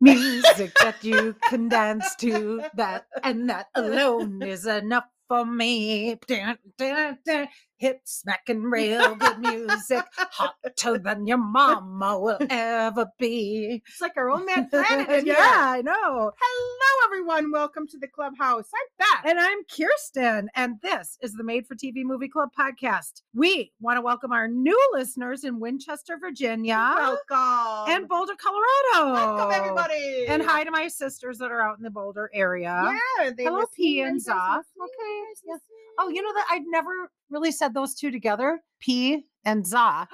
Music that you can dance to, that and that alone is enough for me. Dun, dun, dun. Hip smacking real good music, hotter than your mama will ever be. It's like our own man planet. in here. yeah, I know. Hello, everyone. Welcome to the clubhouse. I'm Beth. And I'm Kirsten, and this is the Made for TV Movie Club podcast. We want to welcome our new listeners in Winchester, Virginia, welcome. and Boulder, Colorado. welcome, everybody. And hi to my sisters that are out in the Boulder area. Yeah. They Hello, listen P and and does Zoff. listen Okay, and does yeah. listen. Oh, you know that I've never really said those two together, P and za.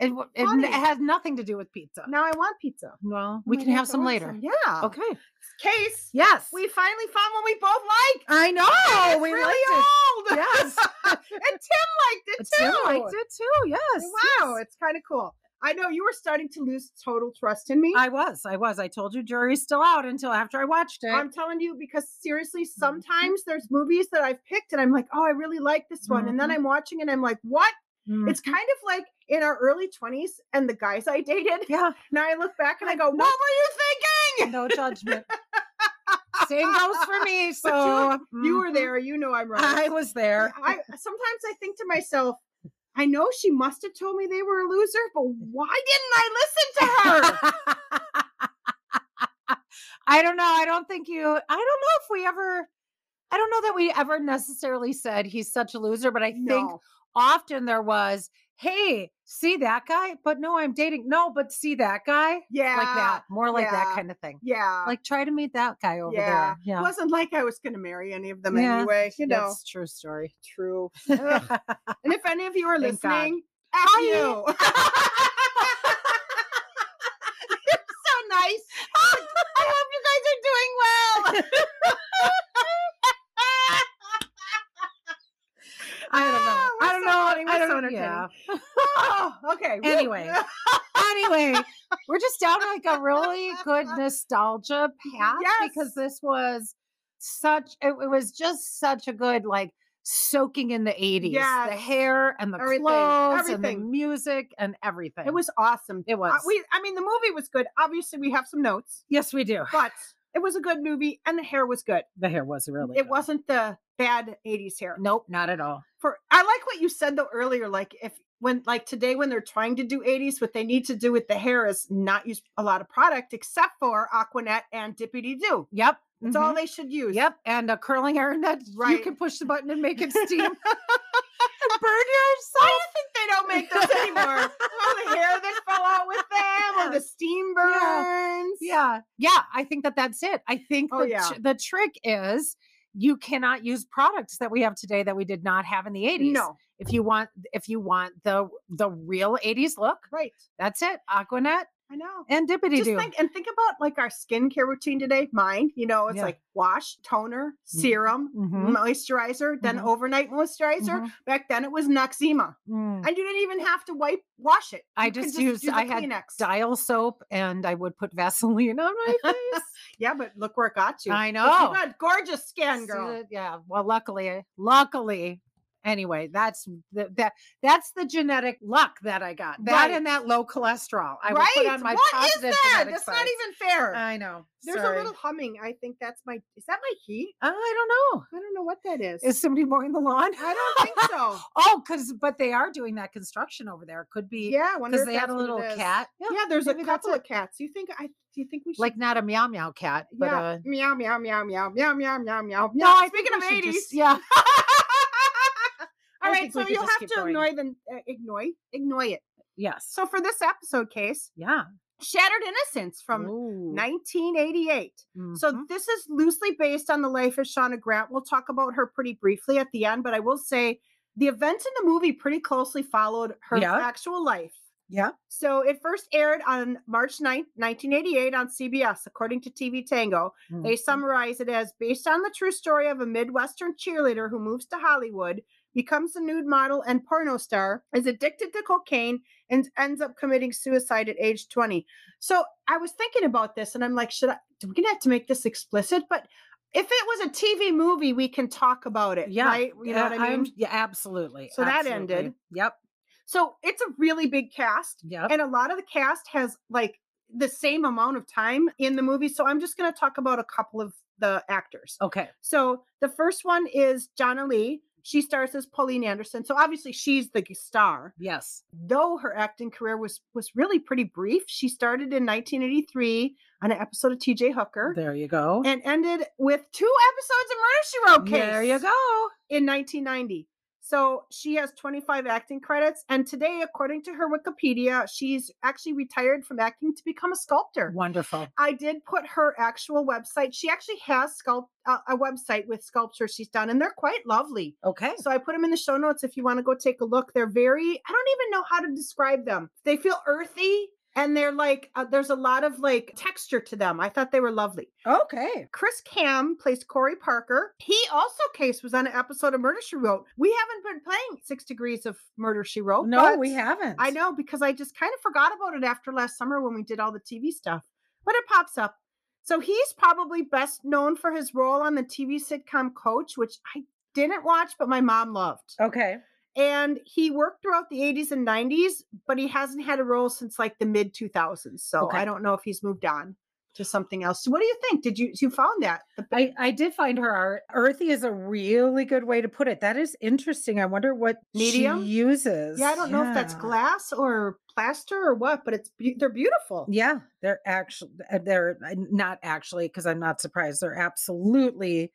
It, w- it, n- Funny. it has nothing to do with pizza. Now I want pizza. Oh Well, we Might can have have to some order later. some. Yeah. Okay. Case. Yes. We finally found one we both like. I And know. it's We really liked old. it. Yes. and Tim liked it too. Tim liked it too. Yes. Wow, yes. it's kind of cool. I know you were starting to lose total trust in me. I was. I was. I told you jury's still out until after I watched it. I'm telling you because seriously, Mm-hmm. sometimes there's movies that I've picked and I'm like, oh, I really like this one. And then Mhm. I'm watching and I'm like, what? Mm. It's kind of like in our early 20s and the guys I dated. yeah. Now I look back and I go, what were you thinking? No judgment. Same goes for me. So You were mhm. there. You know I'm right. I was there. I sometimes I think to myself, I know she must have told me they were a loser, but why didn't I listen to her? I don't know. I don't think you. I don't know if we ever. I don't know that we ever necessarily said he's such a loser, but I think No. often there was, hey, see that guy? But no, I'm dating. No, but see that guy? yeah, Like that. More like yeah, that kind of thing. Yeah. Like try to meet that guy over Yeah, there. Yeah. It wasn't like I was going to marry any of them Yeah, anyway, you know. That's true story. True. Ugh. Hi. and if any of you are Thank God. listening, F you. so nice. I hope you guys are doing well. I don't know. Ah, we're I don't so know. funny, I we're so don't know. entertaining. Yeah. oh, okay. woo. Anyway. anyway, we're just down like a really good nostalgia path Yes. because this was such it, it was just such a good like soaking in the 80s. The Yes. hair and the Everything, clothes and the everything. music and everything. it was awesome. it Uh, was. we, I mean, the movie was good. Obviously, we have some notes, yes, we do. but it was a good movie, and the hair was good. The hair was really It good. wasn't the bad '80s hair. Nope, not at all. For I like what you said though earlier. Like if when like today when they're trying to do '80s, what they need to do with the hair is not use a lot of product except for Aquanet and Dippity Doo. Yep. That's all they should use. Mm-hmm. Yep, and a curling iron that you Right. can push the button and make it steam and burn Why yourself. do you think they don't make those anymore? all the hair that fell out with them, or the steam burns. Yeah. Yeah. I think that that's it. I think Oh, the, tr- yeah. the trick is you cannot use products that we have today that we did not have in the 80s. No. If you want, if you want the, the real 80s look, Right. that's it. Aquanet I know. and Dippity just Doo. think and think about like our skincare routine today. Mine, you know, it's Yeah. Mm, like wash, toner, serum, Mhm. moisturizer, then Mhm. overnight moisturizer. Mhm. Back then it was Noxema, Mm. and you didn't even have to wipe wash it. I You could just used- do the I had Kleenex. Dial soap and I would put Vaseline on my face. yeah, but look where it got you. I Look, know. You got gorgeous skin, See girl. that- yeah. Well, luckily, eh, luckily. Anyway, that's the, that that's the genetic luck that I got. That Right. and that low cholesterol. I would right? put on my what is positive that? genetic That's not sides. even fair. I know. There's sorry. a little humming. I think that's my. Is that my heat? I don't know. I don't know what that is. Is somebody mowing the lawn? I don't think so. oh, because but they are doing that construction over there. Could be Yeah, I wonder because if they had that's a what it little is. cat. Yeah. Yeah, there's a maybe that's couple of cats. You think I? Do you think we should Like not a meow meow cat, but yeah. uh meow meow meow meow meow meow meow meow. no, I speaking think of we should eighties. just- yeah. I All right, think we so could you'll just have keep to going. ignore the uh, ignore ignore it. Yes. So for this episode case, yeah. Shattered Innocence from Ooh. 1988. So Mhm. this is loosely based on the life of Shauna Grant. We'll talk about her pretty briefly at the end, but I will say the events in the movie pretty closely followed her Yeah. actual life. yeah. So it first aired on March 9th, 1988 on CBS, according to TV Tango. They Mhm. summarize it as based on the true story of a Midwestern cheerleader who moves to Hollywood, becomes a nude model and porno star, is addicted to cocaine, and ends up committing suicide at age 20. So I was thinking about this and I'm like, should I? We're going to have to make this explicit, but if it was a TV movie, we can talk about it. Yeah. Right? You know yeah, what I mean? I'm- yeah, absolutely. So that absolutely. ended. Yep. so it's a really big cast. Yep. And a lot of the cast has like the same amount of time in the movie. So I'm just going to talk about a couple of the actors. Okay. So the first one is Jonna Lee. She stars as Pauline Anderson. So obviously she's the star. Yes. Though her acting career was was really pretty brief, she started in 1983 on an episode of TJ Hooker There you go. and ended with two episodes of Murder She Wrote Case There you go. in 1990. So she has 25 acting credits and today according to her Wikipedia, she's actually retired from acting to become a sculptor. Wonderful. I did put her actual website. She actually has sculpt uh, a website with sculptures she's done, and they're quite lovely. Okay. So I put them in the show notes if you want to go take a look. They're very I don't even know how to describe them. They feel earthy, and they're like uh, there's a lot of like texture to them. I thought they were lovely. Okay. Chris Cam plays Corey Parker. He also case was on an episode of Murder She Wrote. We haven't been playing Six Degrees of Murder She Wrote. No, Oh, but- we haven't. I know because I just kind of forgot about it after last summer when we did all the TV stuff, but it pops up. So he's probably best known for his role on the TV sitcom Coach, which I didn't watch, but my mom loved. Okay. And he worked throughout the 80s and 90s, but he hasn't had a role since like the mid 2000s. So Okay. I don't know if he's moved on to something else. So what do you think? Did you you found that? The bi- I, I did find her art. Earthy is a really good way to put it. That is interesting. I wonder what Medium? she uses. yeah, I don't know if that's Yeah. glass or plaster or what, but it's beau- they're beautiful. Yeah, they're actually they're uh, not actually because I'm not surprised. They're absolutely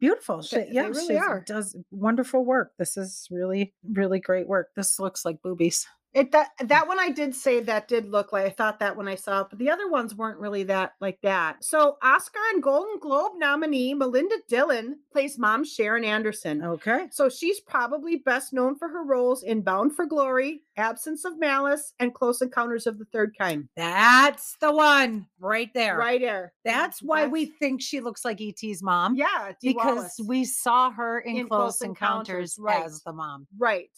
beautiful. She, They- they yeah, really she's- are. does wonderful work. This is really really great work. This looks like boobies. It that that one I did say that did look like I thought that when I saw it, but the other ones weren't really that like that. So Oscar and Golden Globe nominee Melinda Dillon plays mom Sharon Anderson. Okay. So she's probably best known for her roles in Bound for Glory, Absence of Malice, and Close Encounters of the Third Kind. That's the one right there. Right there. That's why we think she looks like ET's mom. Yeah, Dee Because Wallace. we saw her in, In Close Close Encounters, Encounters, right. as the mom. right.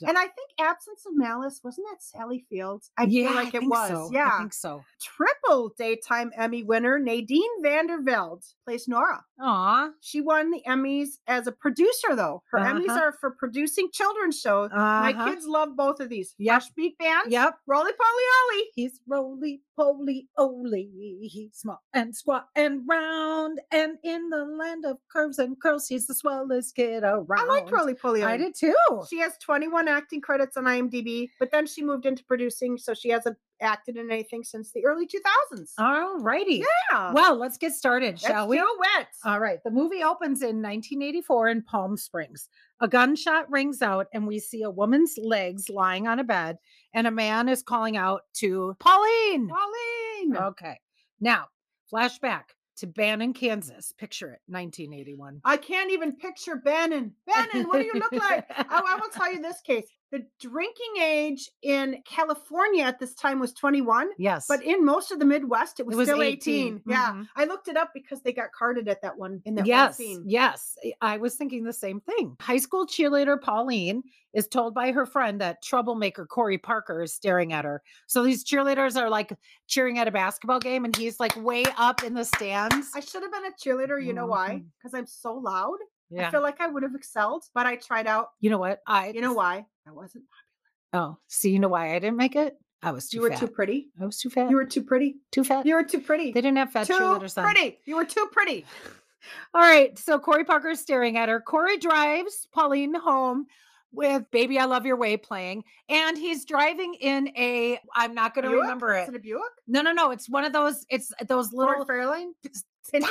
Yeah. And I think Absence of Malice wasn't that Sally Fields? I yeah, feel like I it think was. so. Yeah. I think so. Triple daytime Emmy winner Nadine Vanderveld plays Nora. Aw. She won the Emmys as a producer, though. Her Emmys Uh-huh. are for producing children's shows. My Uh-huh. kids love both of these. Yep. Fresh Beat Band, Yep. Roly Poly Oly. He's roly poly oly. He's small and squat and round. And in the land of curves and curls, he's the swellest kid around. I like Roly Poly Oly. I did too. She has 21 acting credits on IMDb, but then she moved into producing, so she hasn't acted in anything since the early 2000s. All righty. yeah. Oh, Well, let's get started, Let's shall we? do it. All right. The movie opens in 1984 in Palm Springs. A gunshot rings out, and we see a woman's legs lying on a bed, and a man is calling out to Pauline. Pauline. Okay. Now, flashback to Bannon, Kansas. Picture it, 1981. I can't even picture Bannon. Bannon, what do you look like? I, I will tell you this case. The drinking age in California at this time was 21. Yes. But in most of the Midwest, it was, still 18. Yeah. Mhm. I looked it up because they got carded at that one in that Yes. one scene. Yes. I- I was thinking the same thing. High school cheerleader Pauline is told by her friend that troublemaker Corey Parker is staring at her. So these cheerleaders are like cheering at a basketball game and he's like way up in the stands. I should have been a cheerleader. You know why? Mhm. Because I'm so loud. I yeah. feel like I would have excelled, but I tried out. You know what? I You know why? I wasn't. Oh, see you know why I didn't make it? I was too You were fat. too pretty. I was too fat. You were too pretty. too fat. You were too pretty. they didn't have fat too cheerleaders then. pretty. You were too pretty. All right. So Corey Parker is staring at her. Corey drives Pauline home with Baby I Love Your Way playing. And he's driving in a, I'm not going to Buick? remember Is it. it a Buick? No, no, no. It's one of those, it's those little. Ford Fairlane? I'm Pinto?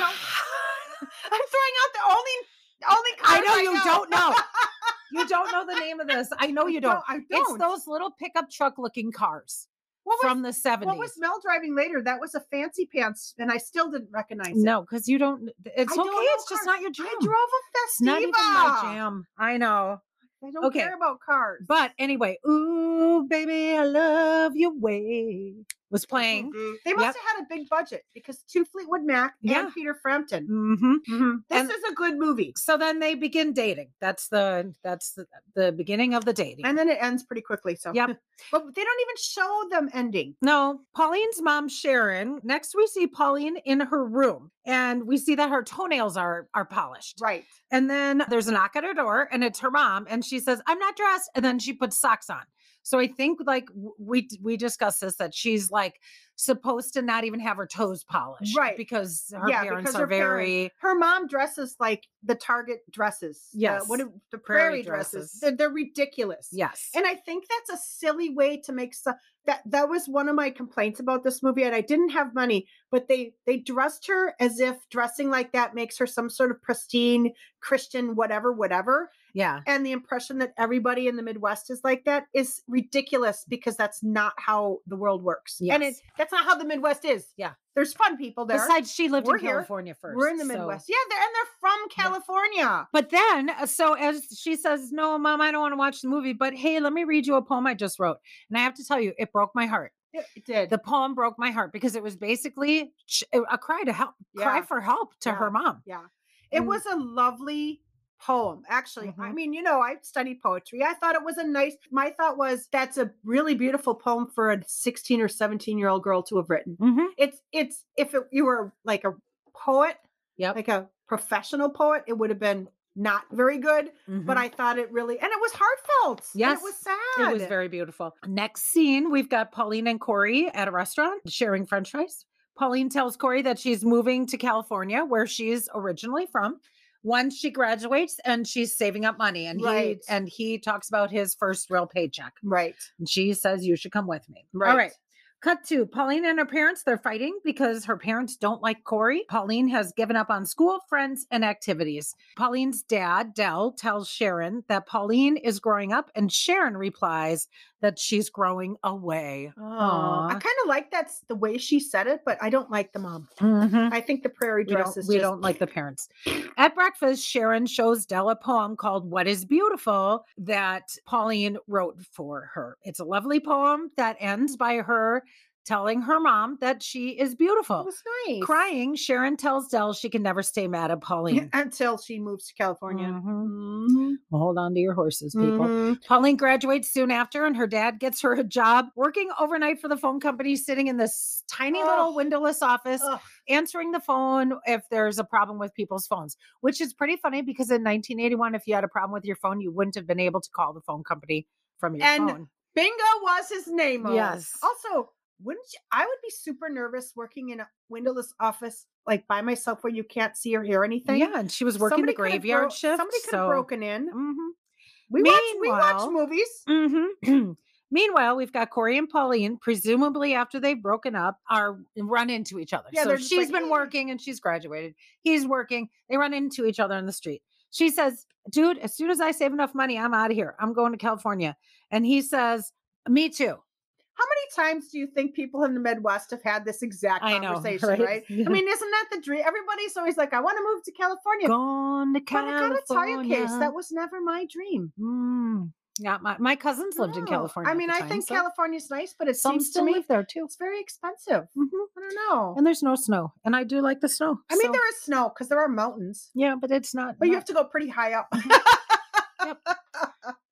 I'm throwing out the only only. I cars know you don't know. I You don't know the name of this. I know you don't. I It's don't. those little pickup truck looking cars what was from the 70s. What was Mel driving later? That was a fancy pants, and I still didn't recognize it. no, because you don't. It's I okay. don't know It's just not cars. your I jam. drove a It's not even Festiva. my jam. I know. I don't Okay. care about cars. But anyway, ooh, baby, I love your way was playing. Mhm. they must Yep. have had a big budget because two Fleetwood Mac Yeah. and Peter Frampton. hmm This And- is a good movie, So then they begin dating. That's the that's the, the beginning of the dating. and then it ends pretty quickly. So Yep. but they don't even show them ending. no, Pauline's mom Sharon. Next, we see Pauline in her room, and we see that her toenails are are polished. Right. And then there's a knock at her door, and it's her mom, and she says, "I'm not dressed." And then she puts socks on. So I think like w- we d- we discussed this that she's like supposed to not even have her toes polished, Right. Because her Yeah, parents are because her very. parents- her mom dresses like the Target dresses. the- Yes, what do- the prairie prairie, dresses? dresses. They're, they're ridiculous. Yes. And I think that's a silly way to make stuff. That that was one of my complaints about this movie, and I didn't have money, but they they dressed her as if dressing like that makes her some sort of pristine Christian, whatever, whatever. yeah. And the impression that everybody in the Midwest is like that is ridiculous because that's not how the world works. And it, Yes. that's not how the Midwest is. Yeah. there's fun people there. Besides, she lived We're in here. California first. We're in the so- Midwest. Yeah, they're, and they're from Yeah. California. But then, uh, so as she says, No, mom, I don't want to watch the movie, but hey, let me read you a poem I just wrote. And I have to tell you, it broke my heart. It, it did. The poem broke my heart because it was basically sh- a cry to help, cry Yeah. for help to her Yeah. mom. yeah. It and- was a lovely poem. Actually, I Mhm. mean, you know, I studied poetry. I thought it was a nice my thought was that's a really beautiful poem for a 16 or 17 year old girl to have written. Mhm. It's it's if it, you were like a poet, Yep. like a professional poet, it would have been not very good, but Mhm. I thought it really and it was heartfelt. and Yes, It was sad. It was very beautiful. Next scene, we've got Pauline and Corey at a restaurant sharing french fries. Pauline tells Corey that she's moving to California, where she's originally from, once she graduates and she's saving up money. And Right. he and he talks about his first real paycheck. right. And she says, You should come with me. Right. All right. Cut to Pauline and her parents. They're fighting because her parents don't like Corey. Pauline has given up on school, friends, and activities. Pauline's dad, Dell, tells Sharon that Pauline is growing up, and Sharon replies that she's growing away. Aw. I kind of like that's the way she said it, but I don't like the mom. Mhm. I think the prairie We, Mm-hmm. dress don't, is we just don't like the parents. At breakfast, Sharon shows Dell a poem called What is Beautiful that Pauline wrote for her. It's a lovely poem that ends by her telling her mom that she is it beautiful. was nice. Crying, Sharon tells Dell she can never stay mad at Pauline. until she moves to California. Mhm. Mhm. Well, hold on to your horses, people. Mhm. Pauline graduates soon after, and her dad gets her a job working overnight for the phone company, sitting in this tiny little Ugh. windowless office, Ugh. answering the phone if there's a problem with people's phones, which is pretty funny because in 1981, if you had a problem with your phone, you wouldn't have been able to call the phone company from your And phone. Bingo was his name. oh. Yes. Also, wouldn't you, I would be super nervous working in a windowless office like by myself where you can't see or hear anything. Yeah, and she was working the could have graveyard bro- shift. Somebody could have so- broken in. Mhm. We watch, we Meanwhile- watch movies. hmm Meanwhile, we've got Corey and Pauline, presumably after they've broken up, are run into each other. Yeah, so they're just she's like, been "Hey." working and she's graduated. He's working. They run into each other in the street. She says, Dude, as soon as I save enough money, I'm out of here. I'm going to California. And he says, Me too. How many times do you think people in the Midwest have had this exact I know. conversation, right? right? I mean, isn't that the dream? Everybody's always like, I want to move to California. Gone to but I California. gotta tell you, Case, that was never my dream. Mm, not my, my cousins lived in No. California. I at mean, the I time, think so California's nice, but it some seems to still me live there too. it's very expensive. Mhm. I don't know. And there's no snow. And I do like the snow. I mean, so- there is snow because there are mountains, Yeah, but it's not. but you not- have to go pretty high up.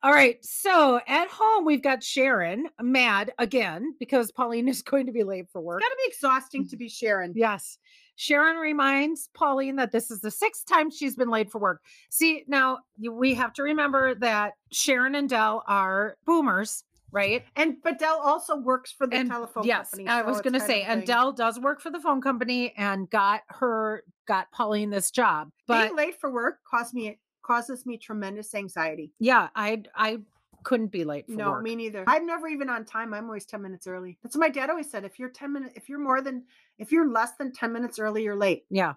All right. So at home, we've got Sharon mad again because Pauline is going to be late for work. Mm. It's got to be exhausting to be Sharon. Yes. Sharon reminds Pauline that this is the sixth time she's been late for work. See, now you- we have to remember that Sharon and Dell are boomers, right? And but Dell also works for the and telephone yes, company. I so was it's going to kind of say, a and thing. Dell does work for the phone company and got her, got Pauline this job. But being late for work caused me causes me tremendous anxiety. yeah, I I couldn't be late for No, work. me neither. I'm never even on time. I'm always 10 minutes early. That's what my dad always said. If you're 10 minutes, if you're more than, if you're less than 10 minutes early, you're late. Yeah.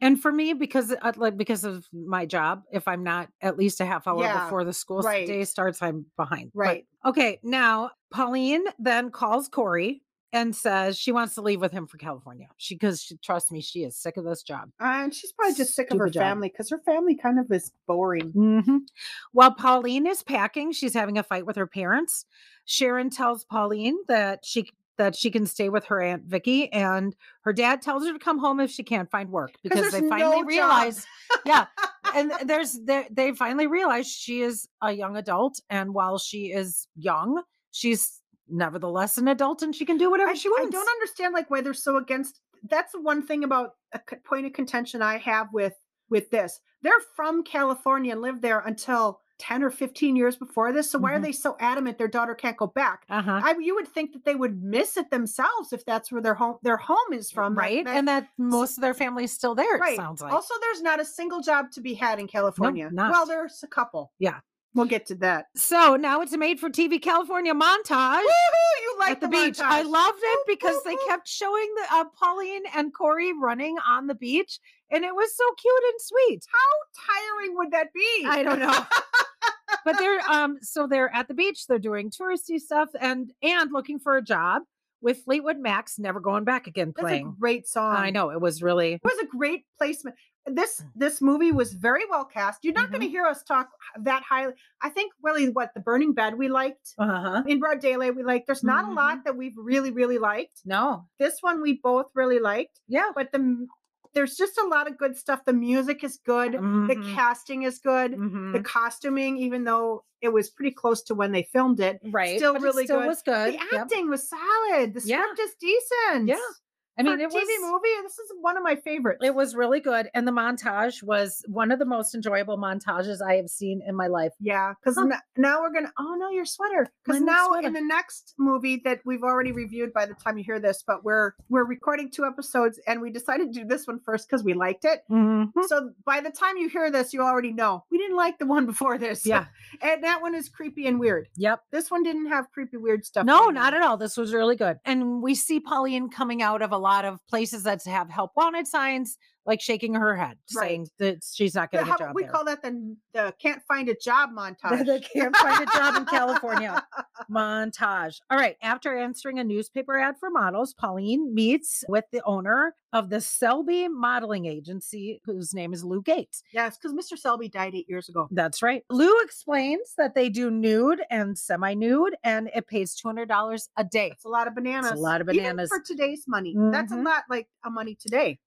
And for me, because uh, like because of my job, if I'm not at least a half hour Yeah, before the school s- right. day starts, I'm behind. But- Right. okay. Now Pauline then calls Corey and says she wants to leave with him for California. She because she trust me, she is sick of this job. Uh, and she's probably just sick of her Stupid job. family because her family kind of is boring. Mhm. While Pauline is packing, she's having a fight with her parents. Sharon tells Pauline that she c- that she can stay with her aunt Vicky, and her dad tells her to come home if she can't find work because there's they finally no job. realized, yeah, and there's they they finally realize she is a young adult, and while she is young, she's nevertheless an adult, and she can do whatever I, she I wants. don't understand like why they're so against. That's the one thing about a c- point of contention I have with with this. They're from California and lived there until 10 or 15 years before this. So why are Mhm. they so adamant their daughter can't go back? Uh huh. I you would think that they would miss it themselves if that's where their home their home is from. that- Right, that- and that most of their family's still there. It Right. sounds like. also there's not a single job to be had in California. not. Well, there's a couple. Yeah. We'll get to that. so now it's a made-for-TV California montage. Woohoo! You like at the, beach. I montage. loved it because they woo, woo. kept showing the uh, Pauline and Corey running on the beach, and it was so cute and sweet. How tiring would that be? I don't know, but they're um, so they're at the beach. They're doing touristy stuff and and looking for a job with Fleetwood Mac's "Never Going Back Again" That's a playing. great song. I know it was really It was a great placement. This Mm. this movie was very well cast. You're not going to Mm-hmm. hear us talk h- that highly. I think really what the Burning Bed we liked uh-huh. in broad daylight we liked. There's not a Mm-hmm. lot that we've really really liked. no, This one we both really liked, yeah. but the m- there's just a lot of good stuff. The music is good. The Mhm, casting is good. The mhm. costuming, even though it was pretty close to when they filmed it, right, still but it really still good. was good. the Yep. acting was solid. The Yeah. script is decent. Yeah. I mean, For a it TV was movie. This is one of my favorites. It was really good. And the montage was one of the most enjoyable montages I have seen in my life. Yeah, because Huh. now we're gonna. Oh no, your sweater. My Because new now sweater. in the next movie that we've already reviewed by the time you hear this, but we're we're recording two episodes, and we decided to do this one first because we liked it. Mm-hmm. Hmm. So by the time you hear this, you already know we didn't like the one before this. Yeah. and that one is creepy and weird. Yep. This one didn't have creepy weird stuff. No, going not on. at all. This was really good. And we see Pauline coming out of a lot of places that have help wanted signs, like shaking her head, Right. saying that she's not The- getting how- a job. we there. call that the the can't find a job montage. They can't find a job in California. Montage. All right. After answering a newspaper ad for models, Pauline meets with the owner of the Selby Modeling Agency, whose name is Lou Gates. yes, because Mr. Selby died eight years ago. That's right. Lou explains that they do nude and semi nude, and it pays $200 a day. It's a lot of bananas. lot of even bananas. for today's money. That's a Mhm. lot like a money today.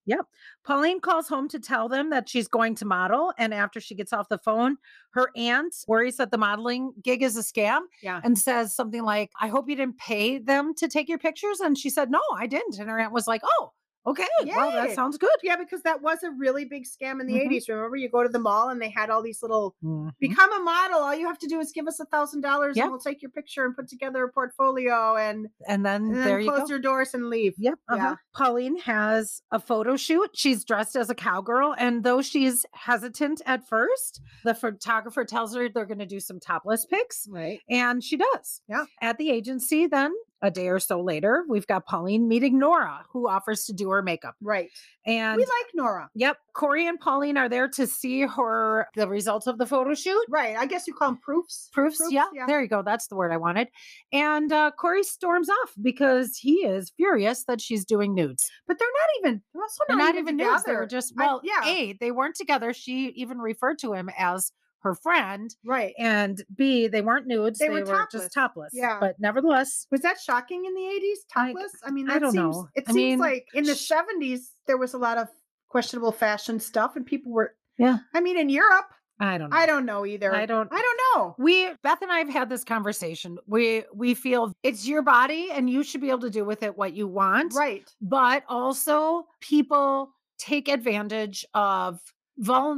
Pauline calls home to tell them that she's going to model. And after she gets off the phone, her aunt worries that the modeling gig is a scam Yeah. and says something like, I hope you didn't pay them to take your pictures. And she said, No, I didn't. And her aunt was like, Oh, okay. Well, that Yay. sounds good. Yeah, because that was a really big scam in the Mhm. 80s. Remember, you go to the mall and they had all these little Mm-hmm. become a model. All you have to do is give us a thousand dollars Yeah. and we'll take your picture and put together a portfolio and, And then, and Mm, there then you go. close your doors and leave. Yep. Uh-huh. Yeah. Pauline has a photo shoot. She's dressed as a cowgirl. And though she's hesitant at first, the photographer tells her they're going to do some topless pics. Right. And she does. Yeah. At the agency, then a day or so later, we've got Pauline meeting Nora, who offers to do her makeup. Right. And we like Nora. yep, Corey and Pauline are there to see her, the results of the photo shoot. Right. I guess you call them proofs. Proofs, Proofs, yeah, yeah. There you go. That's the word I wanted. And uh, Corey storms off because he is furious that she's doing nudes. But they're not even they're also They're not not, even news. They together. were just I- well, yeah. A, they weren't together. She even referred to him as her friend, right. and B, they weren't nudes. They were just topless. Yeah. but nevertheless, Was that shocking in the 80s? I- Topless? I, mean I that don't seems know. it I seems mean, like in the sh- 70s there was a lot of questionable fashion stuff and people were Yeah. I mean in Europe I don't. Know. I don't know either. I don't. I don't know. we Beth and I have had this conversation. We we feel it's your body and you should be able to do with it what you want. Right. But also people take advantage of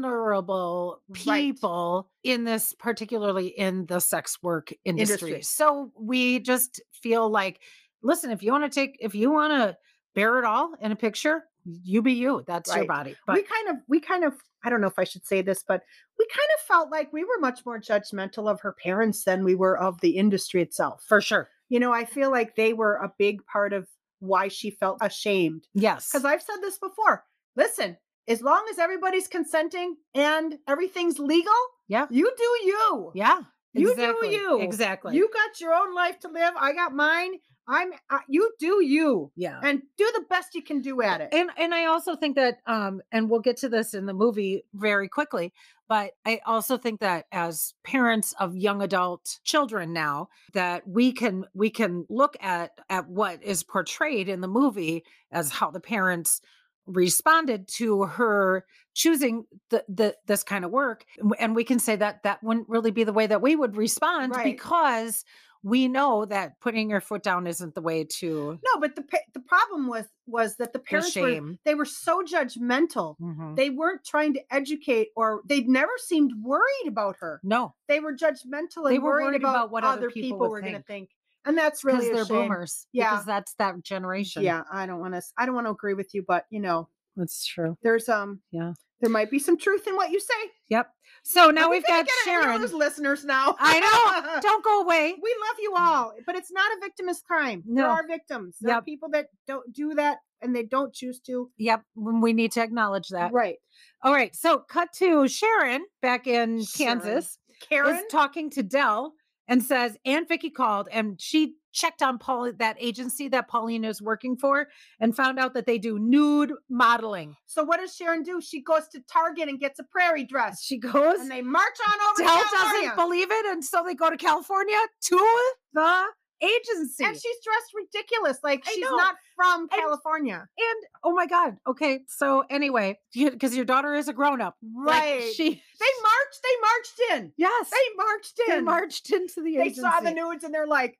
vulnerable Right. people in this particularly in the sex work industry. Industry. So we just feel like listen if you want to take if you want to bear it all in a picture you be you that's your Right. body. But we kind of we kind of I don't know if I should say this, but we kind of felt like we were much more judgmental of her parents than we were of the industry itself. for sure. You know, I feel like they were a big part of why she felt ashamed. Yes. Because I've said this before. Listen, as long as everybody's consenting and everything's legal, Yeah. you do you. yeah. You do exactly, you. Exactly. You got your own life to live. I got mine. I'm. Uh, you do you, yeah. and do the best you can do at it. And and I also think that um and we'll get to this in the movie very quickly, but I also think that as parents of young adult children now that we can we can look at at what is portrayed in the movie as how the parents responded to her choosing the, the this kind of work and we can say that that wouldn't really be the way that we would respond Right. because we know that putting your foot down isn't the way to No, but the pa- the problem was was that the the parents were shame. they were so judgmental. Mhm. They weren't trying to educate, or they never seemed worried about her. No, They were judgmental and They were worried, worried about, about what other other people people, would were going to think. think, and that's because really a they're shame. boomers. Yeah. because that's that generation. Yeah, I don't want to. I don't want to agree with you, but you know, that's true. there's um, Yeah. there might be some truth in what you say. Yep. So But now we we've gotta got get it. We Sharon. lose listeners now. I know. Don't go away. we love you all, but it's not a victimless crime. There No. are victims. There are Yep. people that don't do that and they don't choose to. Yep, when we need to acknowledge that. Right, All right, so cut to Sharon back in Sharon. Kansas Karen. is talking to Dell and says, "Aunt Vicky called and she checked on Paul that agency that Pauline is working for and found out that they do nude modeling." so what does Sharon do? She goes to Target and gets a prairie dress. She goes, and they march on over to Dell California. doesn't believe it, and so they go to California to the agency. and she's dressed ridiculous. Like I she's know. not from And- California. and oh my god, okay. So anyway, because your daughter is a grown up, Right. she They marched. They marched in. yes, They marched in. they marched into the They agency. saw the nudes and they're like,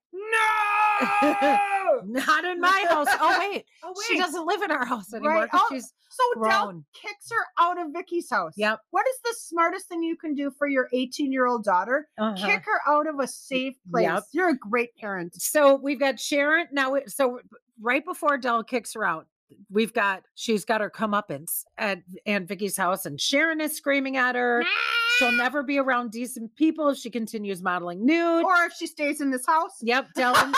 no. Not in my house. Oh wait, Oh, she wait. doesn't live in our house Right, anymore because oh, she's So Dell grown. kicks her out of Vicky's house. Yep. What is the smartest thing you can do for your 18 year old daughter? Uh-huh. Kick her out of a safe place. Yep. You're a great parent. So we've got Sharon now. it- So right before Dell kicks her out, we've got she's got her comeuppance at Aunt Vicky's house, and Sharon is screaming at her. She'll never be around decent people if she continues modeling nude. Or if she stays in this house. Yep, Dell and-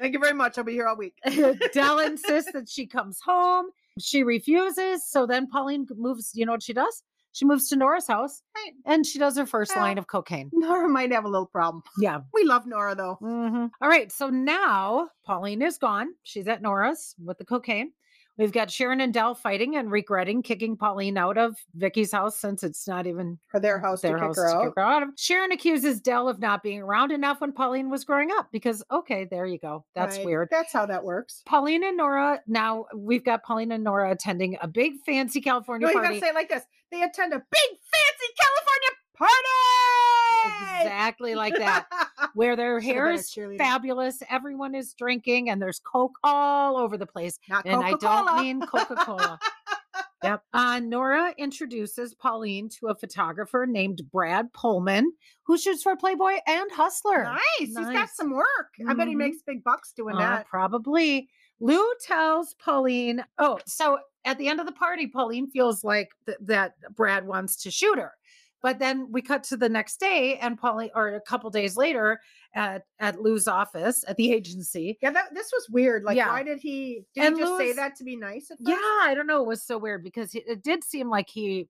Thank you very much. I'll be here all week. Dell insists that she comes home. She refuses. So then Pauline moves. You know what she does? She moves to Nora's house Right. and she does her first Well, line of cocaine. Nora might have a little problem. Yeah. We love Nora though. Mhm. All right. So now Pauline is gone. She's at Nora's with the cocaine. We've got Sharon and Dell fighting and regretting kicking Pauline out of Vicky's house since it's not even For their house their to house kick her to out. kick her out of. Sharon accuses Dell of not being around enough when Pauline was growing up because, okay, there you go. That's Right. weird. That's how that works. Pauline and Nora, now we've got Pauline and Nora attending a big fancy California No, Oh, you party. gotta say it like this. They attend a big fancy California party. exactly like that, where their Should've hair been a is cheerleader. fabulous. Everyone is drinking and there's Coke all over the place. Not and I Coca-Cola. don't mean Coca Cola. yep. Uh, Nora introduces Pauline to a photographer named Brad Pullman, who shoots for Playboy and Hustler. Nice. He's got Nice. some work. I bet he Mhm. makes big bucks doing Uh, that. probably. Lou tells Pauline, oh, so at the end of the party, Pauline feels like th- that Brad wants to shoot her. But then we cut to the next day, and Pauline, or a couple days later, at at Lou's office at the agency, Yeah, that this was weird. Like, Yeah. why did he? Did And he just say Louis- that to be nice? At yeah first? i don't know it was so weird because he, it did seem like he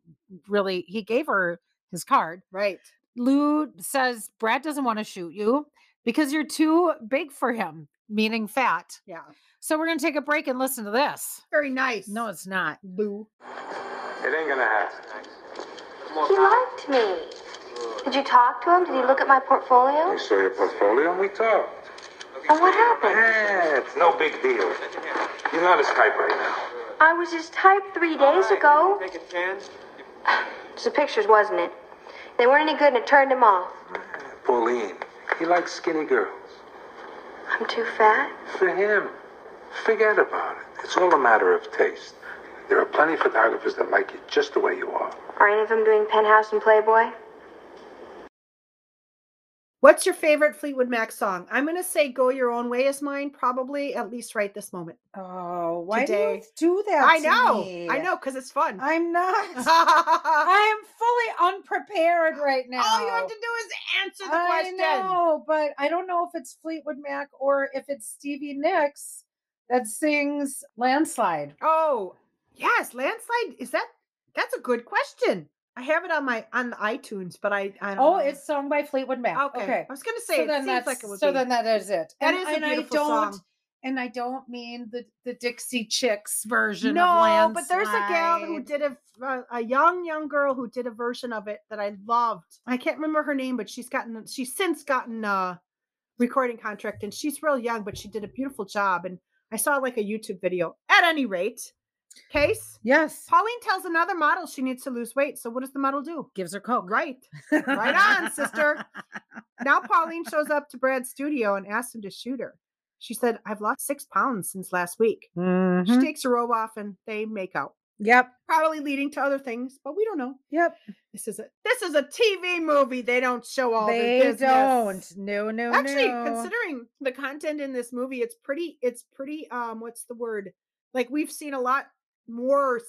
really he gave her his card right. lou says brad doesn't want to shoot you because you're too big for him meaning fat Yeah, so we're going to take a break and listen to this very nice. no it's not Lou. It ain't gonna happen. He liked me. Did you talk to him? Did he look at my portfolio? You saw your portfolio and we talked. And what happened? Yeah, it's no big deal. You're not his type right now. I was his type three days ago. Take a chance. It was the pictures, wasn't it? They weren't any good and it turned him off. Pauline, he likes skinny girls. I'm too fat. For him, forget about it. It's all a matter of taste. There are plenty of photographers that like you just the way you are. Are any of them doing Penthouse and Playboy? What's your favorite Fleetwood Mac song? I'm gonna say "Go Your Own Way" is mine, probably at least right this moment. oh why do you do that I know, I know, because it's fun. i'm not All i'm fully unprepared right now you have to do is answer the I question. know, but I don't know if it's Fleetwood Mac or if it's Stevie Nicks that sings Landslide. Oh, yes, landslide. Is that? That's a good question. I have it on my on the iTunes, but I I don't. Oh, know. it's sung by Fleetwood Mac. Ah. okay. Okay. I was gonna So say it then seems that's like it would so be. then that is it. That And- is a and beautiful I don't song. and I don't mean the the Dixie Chicks version no, of Landslide. but there's a gal who did a a- a young young girl who did a version of it that I loved. I can't remember her name, but she's gotten she's since gotten a recording contract, and she's real young, but she did a beautiful job. And I saw like a YouTube video. At any rate, Case? Yes. Pauline tells another model she needs to lose weight. So what does the model do? Gives her coke. Right. Right on, sister. Now Pauline shows up to Brad's studio and asks him to shoot her. She said, I've lost six pounds since last week. She Mhm. takes her robe off and they make out. Yep. Probably leading to other things, but we don't know. Yep. This is a this is a TV movie. They don't show all they the business. don't. No, no, Actually, no. considering the content in this movie, it's pretty it's pretty um what's the word? Like we've seen a lot more s-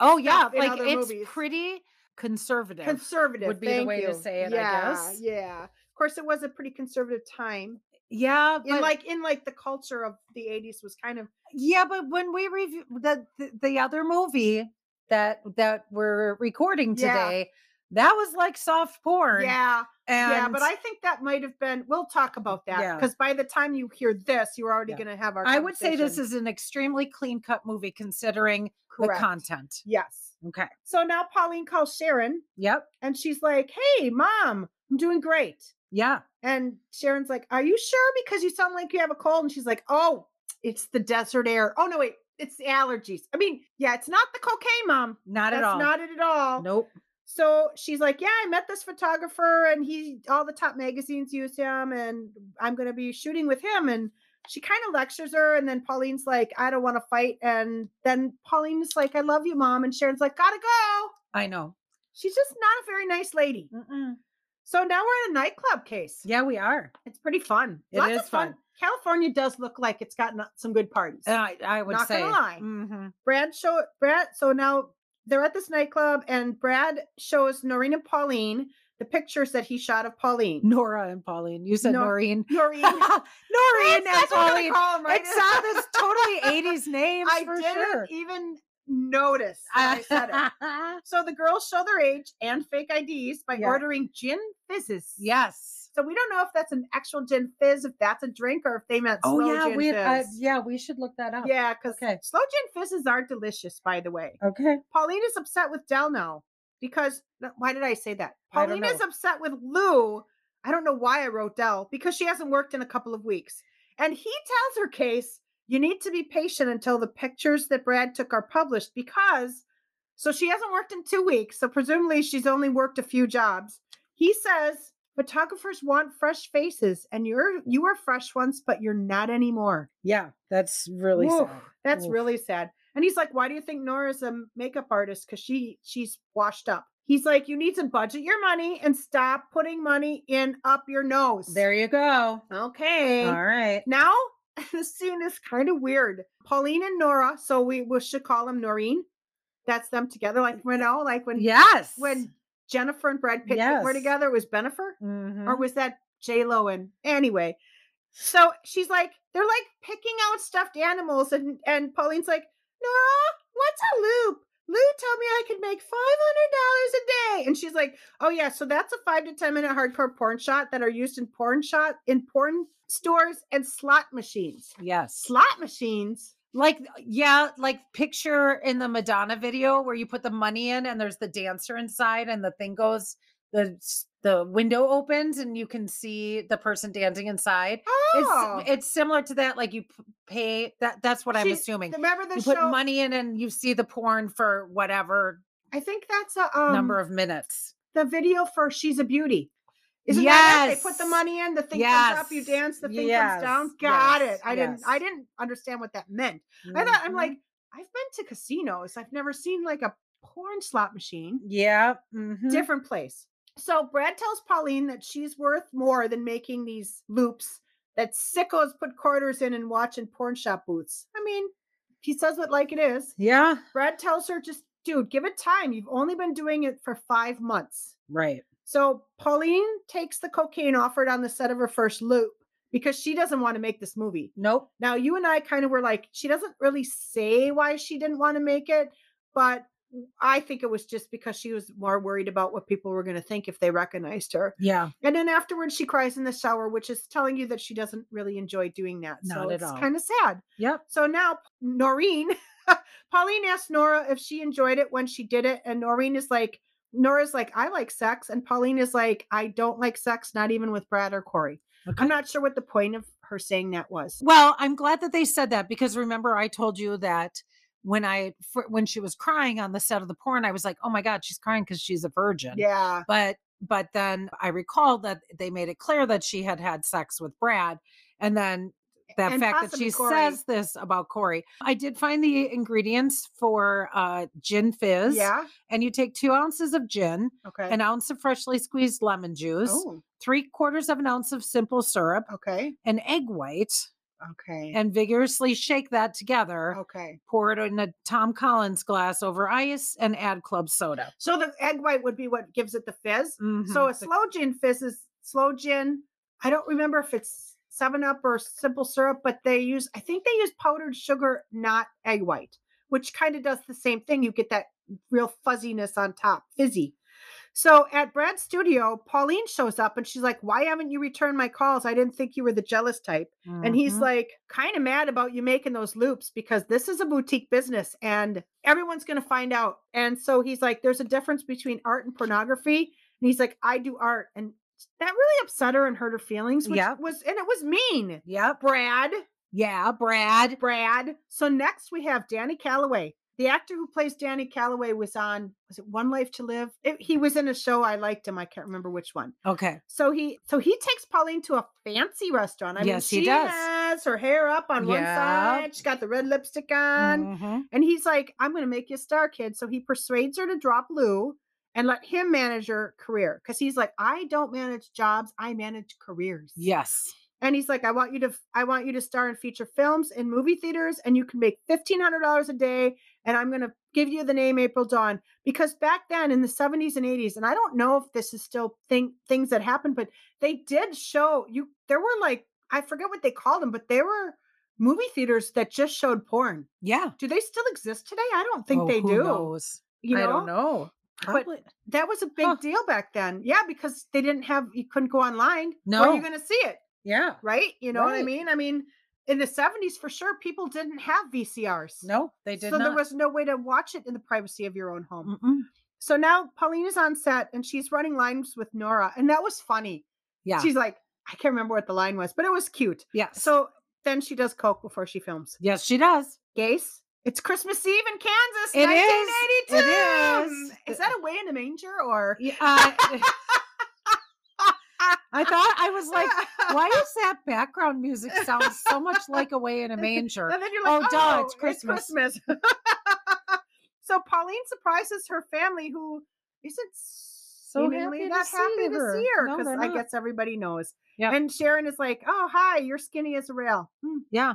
oh yeah, stuff in like other it's movies. pretty conservative. conservative would be the thank way to you. say it, I yeah, guess. Yeah. Of course it was a pretty conservative time. yeah, in but- like in like the culture of the 80s was kind of yeah, but when we review the, the the other movie that that we're recording Yeah. today, that was like soft porn. yeah and yeah but i think that might have been we'll talk about that Yeah. because by the time you hear this you're already Yeah. going to have our I would say this conversation. is an extremely clean cut movie considering correct the content. yes Okay. so now pauline calls sharon Yep. and she's like hey mom i'm doing great Yeah. and sharon's like are you sure because you sound like you have a cold and she's like oh it's the desert air oh no wait it's the allergies i mean yeah it's not the cocaine mom Not that's at all. not it at all nope. So she's like, "Yeah, I met this photographer, and he all the top magazines use him, and I'm going to be shooting with him." And she kind of lectures her, and then Pauline's like, "I don't want to fight," and then Pauline's like, "I love you, mom," and Sharon's like, "Gotta go." I know. She's just not a very nice lady. Mm-mm. So now we're in a nightclub case. Yeah, we are. It's pretty fun. It Lots is of fun. fun. California does look like it's gotten uh, some good parties. I, I would Not say. gonna lie. Mhm. Brad show Brad. So now they're at this nightclub, and Brad shows Noreen and Pauline the pictures that he shot of Pauline. Nora and Pauline. You said No- Noreen. Noreen. Noreen and That's what I'm gonna Pauline. call him, right? It sounds totally 80s names I for didn't sure. even notice that I said it. So the girls show their age and fake IDs by Yeah. ordering gin fizzes. yes. So we don't know if that's an actual gin fizz, if that's a drink, or if they meant Oh slow yeah, gin we uh, fizz. yeah we should look that up. yeah, because okay. slow gin fizzes are delicious, by the way. Okay. Pauline is upset with Del now because no, why did I say that? I don't Pauline is know. upset with Lou. I don't know why I wrote Del because she hasn't worked in a couple of weeks. And he tells her case, you need to be patient until the pictures that Brad took are published because so she hasn't worked in two weeks. So presumably she's only worked a few jobs. He says photographers want fresh faces and you're you were fresh once, but you're not anymore. Yeah, that's really Woof, sad. That's Oof. really sad. And he's like, "Why do you think Nora's a m- makeup artist? Because she she's washed up." He's like, "You need to budget your money and stop putting money in up your nose." There you go. Okay. All right. Now this scene is kind of weird. Pauline and Nora, so we, we should call them Noreen. That's them together, like you know, like when Yes. when Jennifer and Brad Pitt were Yes. together, it was Benifer Mhm. or was that J Lo? And anyway, so she's like, they're like picking out stuffed animals, and and Pauline's like, Nora, what's a loop? Lou told me I could make five hundred dollars a day, and she's like, oh yeah, so that's a five to ten minute hardcore porn shot that are used in porn shot in porn stores and slot machines. yes. Slot machines. Like yeah, like picture in the Madonna video where you put the money in and there's the dancer inside and the thing goes the s- the window opens and you can see the person dancing inside. Oh, It's it's similar to that like you p- pay that that's what I'm she- assuming. Remember the You show? put money in and you see the porn for whatever I think that's a um, number of minutes. the video for "She's a Beauty." Isn't that it? They put the Yes. money in, the thing comes up, you Yes. dance, the thing comes down. Yes. Got Yes. it. I didn't I Yes. didn't understand what that meant. I thought I'm Mhm. like, I've been to casinos. I've never seen like a porn slot machine. Mm-hmm. yeah, mhm. Different place. So Brad tells Pauline that she's worth more than making these loops that sickos put quarters in and watch in porn shop booths. I mean, he says it like it is. yeah, Brad tells her just dude, give it time. You've only been doing it for five months. right. So Pauline takes the cocaine offered on the set of her first loop because she doesn't want to make this movie. Nope. Now, you and I kind of were like, she doesn't really say why she didn't want to make it, but I think it was just because she was more worried about what people were going to think if they recognized her. Yeah, And then afterwards, she cries in the shower, which is telling you that she doesn't really enjoy doing that. so Not at it's all. kind of sad. yep. So now Noreen, Pauline asked Nora if she enjoyed it when she did it, and Noreen is like, Nora's like, I like sex, and Pauline is like, I don't like sex, not even with Brad or Corey. Okay. I'm not sure what the point of her saying that was. Well, I'm glad that they said that because remember I told you that when I fir- when she was crying on the set of the porn, I was like, oh my god, she's crying because she's a virgin. Yeah. But but then I recalled that they made it clear that she had had sex with Brad, and then the and fact that she possibly Corey. says this about Corey. I did find the ingredients for uh, gin fizz. Yeah. And you take two ounces of gin, Okay. an ounce of freshly squeezed lemon juice, oh, three quarters of an ounce of simple syrup, okay. an egg white, Okay. and vigorously shake that together. okay. Pour it in a Tom Collins glass over ice and add club soda. So the egg white would be what gives it the fizz. So Mhm. a slow gin fizz is slow gin. I don't remember if it's Seven Up or simple syrup, but they use I think they use powdered sugar, not egg white, which kind of does the same thing. You get that real fuzziness on top, fizzy. So at Brad's studio, Pauline shows up and she's like, "Why haven't you returned my calls? I didn't think you were the jealous type." And he's Mhm. like, kind of mad about you making those loops because this is a boutique business and everyone's going to find out. And so he's like, there's a difference between art and pornography. And he's like, I do art. And that really upset her and hurt her feelings, which Yep. was, and it was mean. Yep. Brad, Yeah, Brad. Brad. So next we have Danny Calloway. The actor who plays Danny Calloway was on, was it One Life to Live? It- he was in a show I liked him. I can't remember which one. Okay. So he so he takes Pauline to a fancy restaurant. I Yes, mean, he she does. has her hair up on one Yep. side. She's got the red lipstick on, Mhm. and he's like, "I'm going to make you a star, kid." So he persuades her to drop Lou and let him manage her career because he's like, "I don't manage jobs. I manage careers." Yes. and he's like, "I want you to f- I want you to star in feature films in movie theaters, and you can make fifteen hundred dollars a day." And I'm going to give you the name April Dawn because back then in the 70s and 80s, and I don't know if this is still thing things that happened, but they did show you there were like I forget what they called them, but they were movie theaters that just showed porn. Yeah. Do they still exist today? I don't think Oh, they who do. knows? You know? I don't know. But Probably- that was a big Huh. deal back then. Yeah, because they didn't have you couldn't go online. Where are No. you going to see it? yeah. right? You know what I Right. mean? I mean, in the 70s for sure, people didn't have VCRs. No, they did so not. Mm. there was no way to watch it in the privacy of your own home. Mm-mm. So now Pauline is on set and she's running lines with Nora, and that was funny. Yeah. She's like, I can't remember what the line was, but it was cute. yes. So then she does coke before she films. yes, she does. Gase, it's Christmas Eve in Kansas, It is. It 1982. is is. that a way in a manger or? Yeah, uh, I thought I was like, why does that background music sound so much like Away in a Manger? And then you're like, oh, Oh, duh, it's Christmas." Christmas. so Pauline surprises her family, who isn't so happy to not see happy to her. see her No, because they're I not. guess everybody knows. Yep. And Sharon is like, "Oh, hi, you're skinny as a rail." Hmm. Yeah.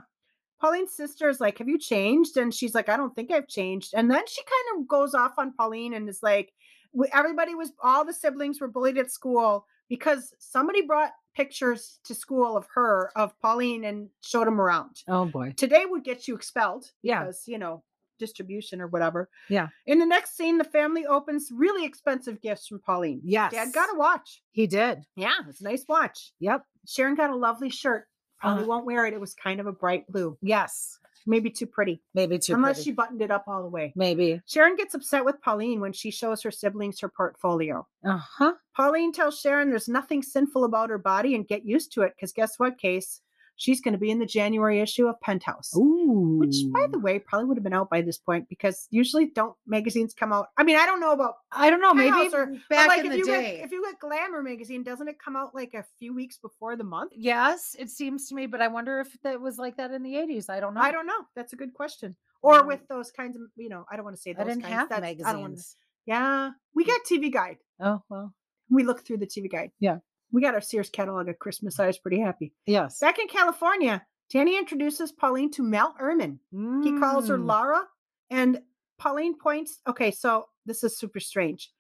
Pauline's sister is like, "Have you changed?" And she's like, "I don't think I've changed." And then she kind of goes off on Pauline and is like, "We- "Everybody was all the siblings were bullied at school because somebody brought pictures to school of her of Pauline and showed them around." Oh boy. today would get you expelled Yeah. because you know distribution or whatever Yeah. in the next scene the family opens really expensive gifts from pauline Yes. dad got a watch He did. yeah it's a nice watch Yep. sharon got a lovely shirt probably Uh, won't wear it it was kind of a bright blue Yes. maybe too pretty Maybe too. unless pretty. she buttoned it up all the way Maybe. sharon gets upset with pauline when she shows her siblings her portfolio Uh huh. pauline tells sharon there's nothing sinful about her body and get used to it because guess what case she's going to be in the january issue of penthouse Ooh. which by the way probably would have been out by this point because usually don't magazines come out i mean i don't know about I don't know. Maybe Penthouse or- but back like in if the you day. get, if you get glamour magazine doesn't it come out like a few weeks before the month yes, it seems to me, but I wonder if that was like that in the eighties. I don't know. i don't know that's a good question or Mm. with those kinds of you know i don't want to say those I didn't kinds. have that's, I don't wanna- magazines. Mm. yeah we got tv guide Oh well. we looked through the tv guide Yeah. we got our sears catalog at christmas i was pretty happy Yes. back in california danny introduces pauline to mel erman He calls her Mm. Lara. And Pauline points, okay, so this is super strange.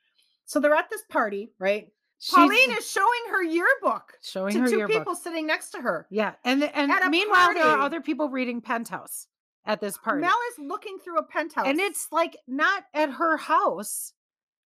So they're at this party, right? She's Pauline is showing her yearbook showing to her two yearbook. people sitting next to her. Yeah, and the- and At a meanwhile there are party. other people reading Penthouse at this party, Mel is looking through a penthouse. and it's like not at her house.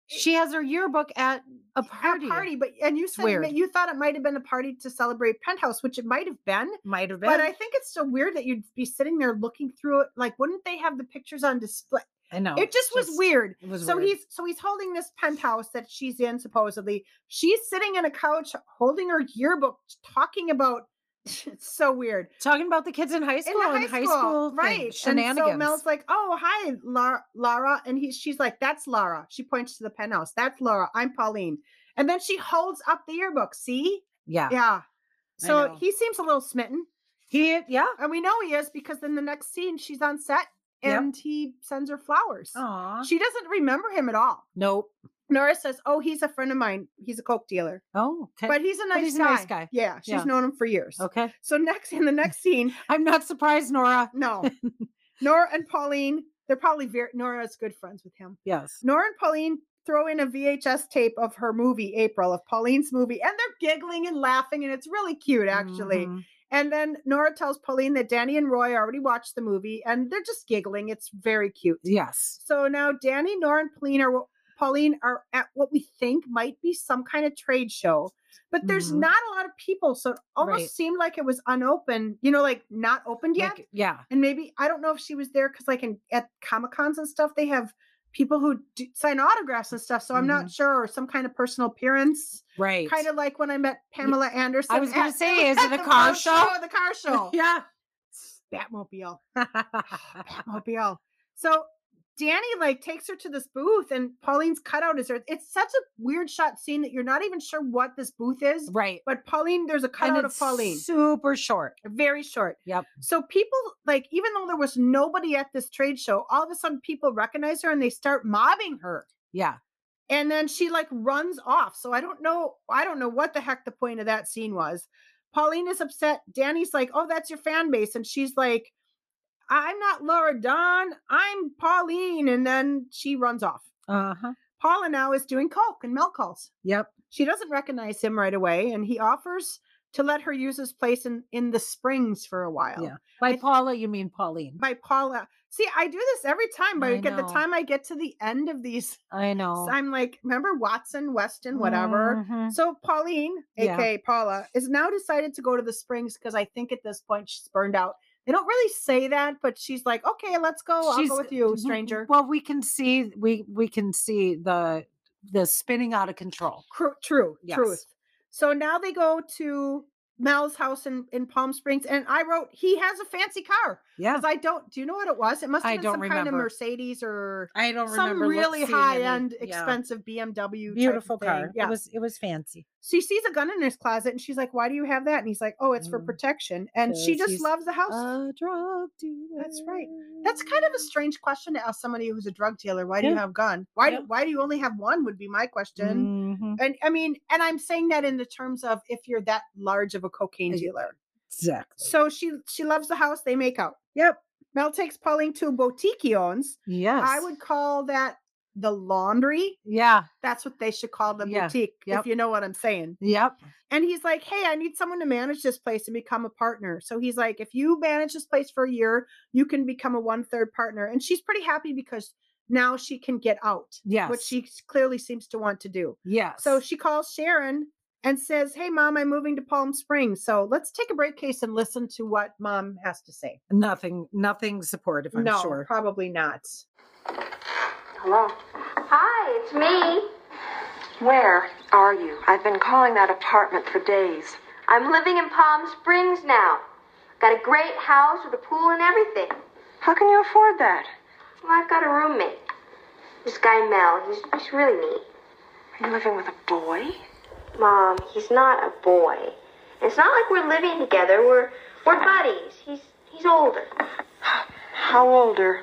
She has her yearbook at a at party. a party, but and you It's said it ma- weird. you thought it might have been a party to celebrate penthouse, which it might have been, Might have been. but I think it's so weird that you'd be sitting there looking through it. Like, wouldn't they have the pictures on display? I know it just was weird. It was so weird. he's so he's holding this penthouse that she's in supposedly she's sitting in a couch holding her yearbook talking about It's so weird. Talking about the kids in high school and high school, thing, right? And Shenanigans. so Mel's like, "Oh, hi, Lara." Lara and he, she's like, "That's Lara." She points to the penthouse. That's Laura. I'm Pauline. And then she holds up the yearbook. See? yeah. Yeah. I So know. he seems a little smitten, He yeah. and we know he is because in the next scene she's on set Yep. and he sends her flowers. Aw. She doesn't remember him at all. nope. Nora says, "Oh, he's a friend of mine. He's a coke dealer, Oh, okay. but he's a nice, he's a guy. nice guy. Yeah, she's Yeah. known him for years. okay. So next in the next scene, I'm not surprised, Nora. no, Nora and Pauline, they're probably very Nora's good friends with him. Yes. Nora and Pauline throw in a VHS tape of her movie April of Pauline's movie, and they're giggling and laughing, and it's really cute actually. Mhm. And then Nora tells Pauline that Danny and Roy already watched the movie, and they're just giggling. It's very cute. Yes. So now Danny, Nora, and Pauline are wh- Pauline are at what we think might be some kind of trade show, but there's Mhm. not a lot of people, so it almost Right. seemed like it was unopened. You know, like not opened yet. Like, yeah. and maybe I don't know if she was there because, like, in, at comic cons and stuff, they have people who do, sign autographs and stuff. So I'm not sure, or some kind of personal appearance, Mm-hmm. Right. kind of like when I met Pamela Anderson. was gonna at- say, is it at a the car car show? The car show. yeah. Batmobile. Batmobile. So Danny like takes her to this booth and Pauline's cutout is there. It's such a weird shot scene that you're not even sure what this booth is. right. But Pauline, there's a And cutout of it's Pauline. super short. Very short. Yep. So people like, even though there was nobody at this trade show, all of a sudden people recognize her and they start mobbing her. Yeah. And then she like runs off. So I don't know, I don't know what the heck the point of that scene was. Pauline is upset. Danny's like, oh, that's your fan base. And she's like, I'm not Laura Dawn. I'm Pauline. And then she runs off. Uh Uh-huh. huh. Paula now is doing Coke and milk calls. Yep. She doesn't recognize him right away, and he offers to let her use his place in, in the springs for a while. Yeah. By I- Paula, you mean Pauline? By Paula. See, I do this every time, I but at the know. Oh. time I get to the end of these, I know. I'm like, remember Watson, Weston, whatever. Mhm. So Pauline, Yeah. aka Paula, is now decided to go to the springs because I think at this point she's burned out. They don't really say that, but she's like, okay, let's go. I'll She's- mm-hmm, go with you, w- stranger. Well, we can see we we can see the the spinning out of control. Cru- true, Yes. truth. So now they go to Mel's house in, in Palm Springs, and I wrote he has a fancy car Yeah. because I don't. Do you know what it was? It must have I been don't some kind of remember. Mercedes or I don't some look- really seeing any- high end, yeah. expensive BMW. type of beautiful car. thing. Yeah. It was it was fancy. she sees a gun in his closet, and she's like, "Why do you have that?" And he's like, "Oh, it's for Mm. protection." And she 'Cause just he's Oh. loves the house. A drug dealer. That's right. That's kind of a strange question to ask somebody who's a drug dealer. Why do you Yeah. have gun? Why Yeah. do Why do you only have one? Would be my question. Mhm. And I mean, and I'm saying that in the terms of if you're that large of a cocaine Uh, dealer. Exactly. So she she loves the house. They make out. Yep. Mel takes Pauline to Boutiquions. Yes. I would call that the laundry. Yeah. That's what they should call the Yeah, boutique, if yep. you know what I'm saying. Yep. And he's like, "Hey, I need someone to manage this place and become a partner." So he's like, "If you manage this place for a year, you can become a one third partner." And she's pretty happy because now she can get out, Yes. which she clearly seems to want to do. Yes. So she calls Sharon and says, Hey, mom, I'm moving to Palm Springs. So let's take a break case and listen to what mom has to say. nothing nothing supportive. I'm no, sure. probably not. Hello. Hi, it's me. Where are you? I've been calling that apartment for days. I'm living in Palm Springs now. Got a great house with a pool and everything. How can you afford that? Well, I've got a roommate. This guy Mel, he's, he's really neat. Are you living with a boy? Mom, he's not a boy. It's not like we're living together. We're we're buddies. He's he's older. How older?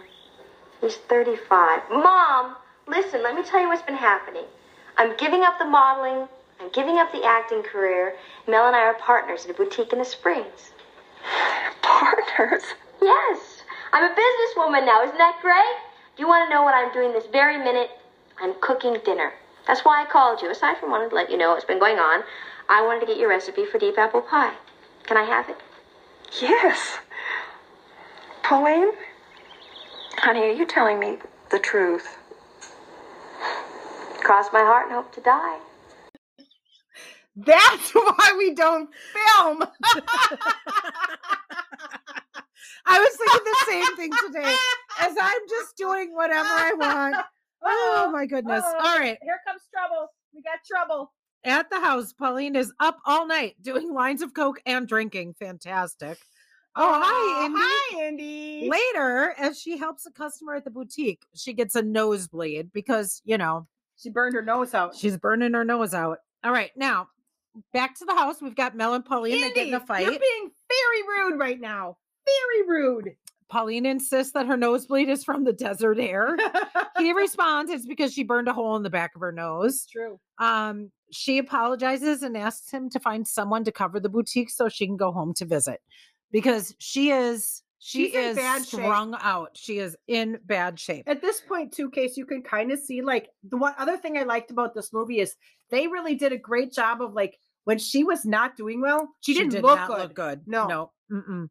He's 35. Mom, listen, let me tell you what's been happening. I'm giving up the modeling. I'm giving up the acting career. Mel and I are partners at a boutique in the Springs. Partners? Yes, I'm a businesswoman now. Isn't that great? Do you want to know what I'm doing this very minute? I'm cooking dinner. That's why I called you. Aside from wanting to let you know what's been going on, I wanted to get your recipe for deep apple pie. Can I have it? Yes. Pauline? Honey, are you telling me the truth? Cross my heart and hope to die. That's why we don't film. I was thinking the same thing today. As I'm just doing whatever I want. Oh my goodness. Uh-oh. All right. Here comes trouble. We got trouble. at the house. Pauline is up all night doing lines of coke and drinking. Fantastic. Oh, hi, Indy. Hi, Indy. Later, as she helps a customer at the boutique, she gets a nosebleed because, you know, She burned her nose out. she's burning her nose out. All right, now back to the house. We've got Mel and Pauline. They get in a fight. You're being very rude right now. Very rude. Pauline insists that her nosebleed is from the desert air. he responds it's because she burned a hole in the back of her nose. true. Um, she apologizes and asks him to find someone to cover the boutique so she can go home to visit because she is she She's in is bad shape. strung out. She is in bad shape. At this point, too, case you can kind of see like the one other thing I liked about this movie is they really did a great job of like when she was not doing well, she, didn't did look, not good. look good. No. no. Mm-mm.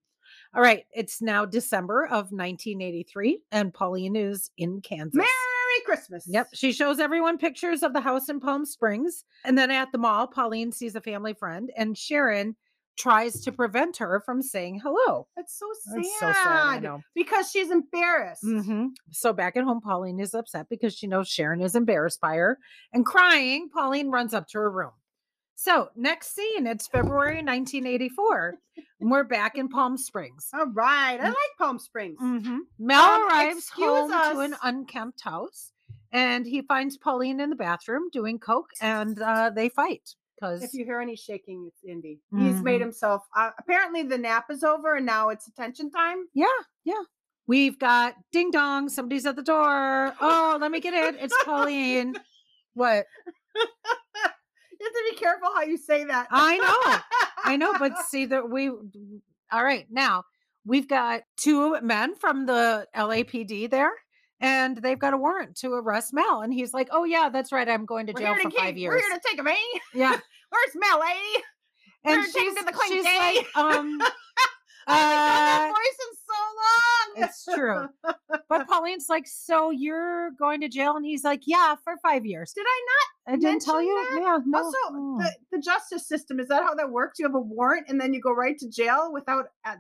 All right, it's now December of 1983, and Pauline is in Kansas. Merry Christmas. Yep. She shows everyone pictures of the house in Palm Springs. And then at the mall, Pauline sees a family friend and Sharon tries to prevent her from saying hello. That's so sad. That's so sad. I know. Because she's embarrassed. Mhm. So back at home, Pauline is upset because she knows Sharon is embarrassed by her. And crying, Pauline runs up to her room. So next scene, it's February 1984. and we're back in Palm Springs. All right. I Mm. like Palm Springs. Mhm. Mel Um, arrives excuse home to an us. unkempt house, and he finds Pauline in the bathroom doing coke, and uh, they fight If because you hear any shaking, it's Indy. He's Mm-hmm. made himself. Uh, apparently, the nap is over and now it's attention time. yeah, yeah. We've got ding dong, somebody's at the door. Oh, let me get it. It's Pauline. What? You have to be careful how you say that. I know. I know, but see that we all right, now we've got two men from the LAPD there. And they've got a warrant to arrest Mel. And he's like, Oh, yeah, that's right. I'm going to We're jail here for to five keep- years. We're here to take him, eh? yeah. Where's Mel, eh? We're and addicted she's, to the clink she's day. like, um, I haven't uh, done that voice in so long. it's true. But Pauline's like, so you're going to jail? And he's like, yeah, for five years. Did I not? I didn't tell mention you. that? Yeah, no. also, mm. the, the justice system is that how that works? You have a warrant and then you go right to jail without a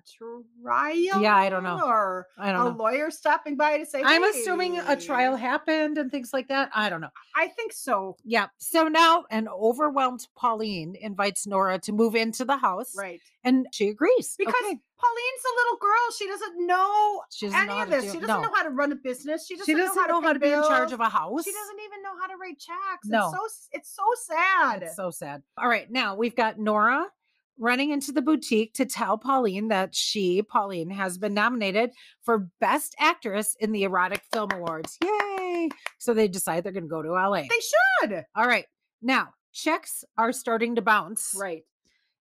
trial. Yeah, I don't know. Or I a don't know. lawyer stopping by to say, I'm assuming a trial "Hey." happened and things like that. I don't know. I think so. Yeah. So now an overwhelmed Pauline invites Nora to move into the house, Right. and she agrees Because Okay. Pauline's a little girl. She doesn't know she doesn't know any how of to this. do She it. doesn't no. know how to run a business. She doesn't, she doesn't know pay how to be in charge bills. of a house. She doesn't even know how to write checks. No. It's so s- it's so sad. It's so sad. All right, now we've got Nora running into the boutique to tell Pauline that she, Pauline, has been nominated for Best Actress in the Erotic Film Awards. Yay! So they decide they're going to go to LA. they should. All right, now checks are starting to bounce, Right.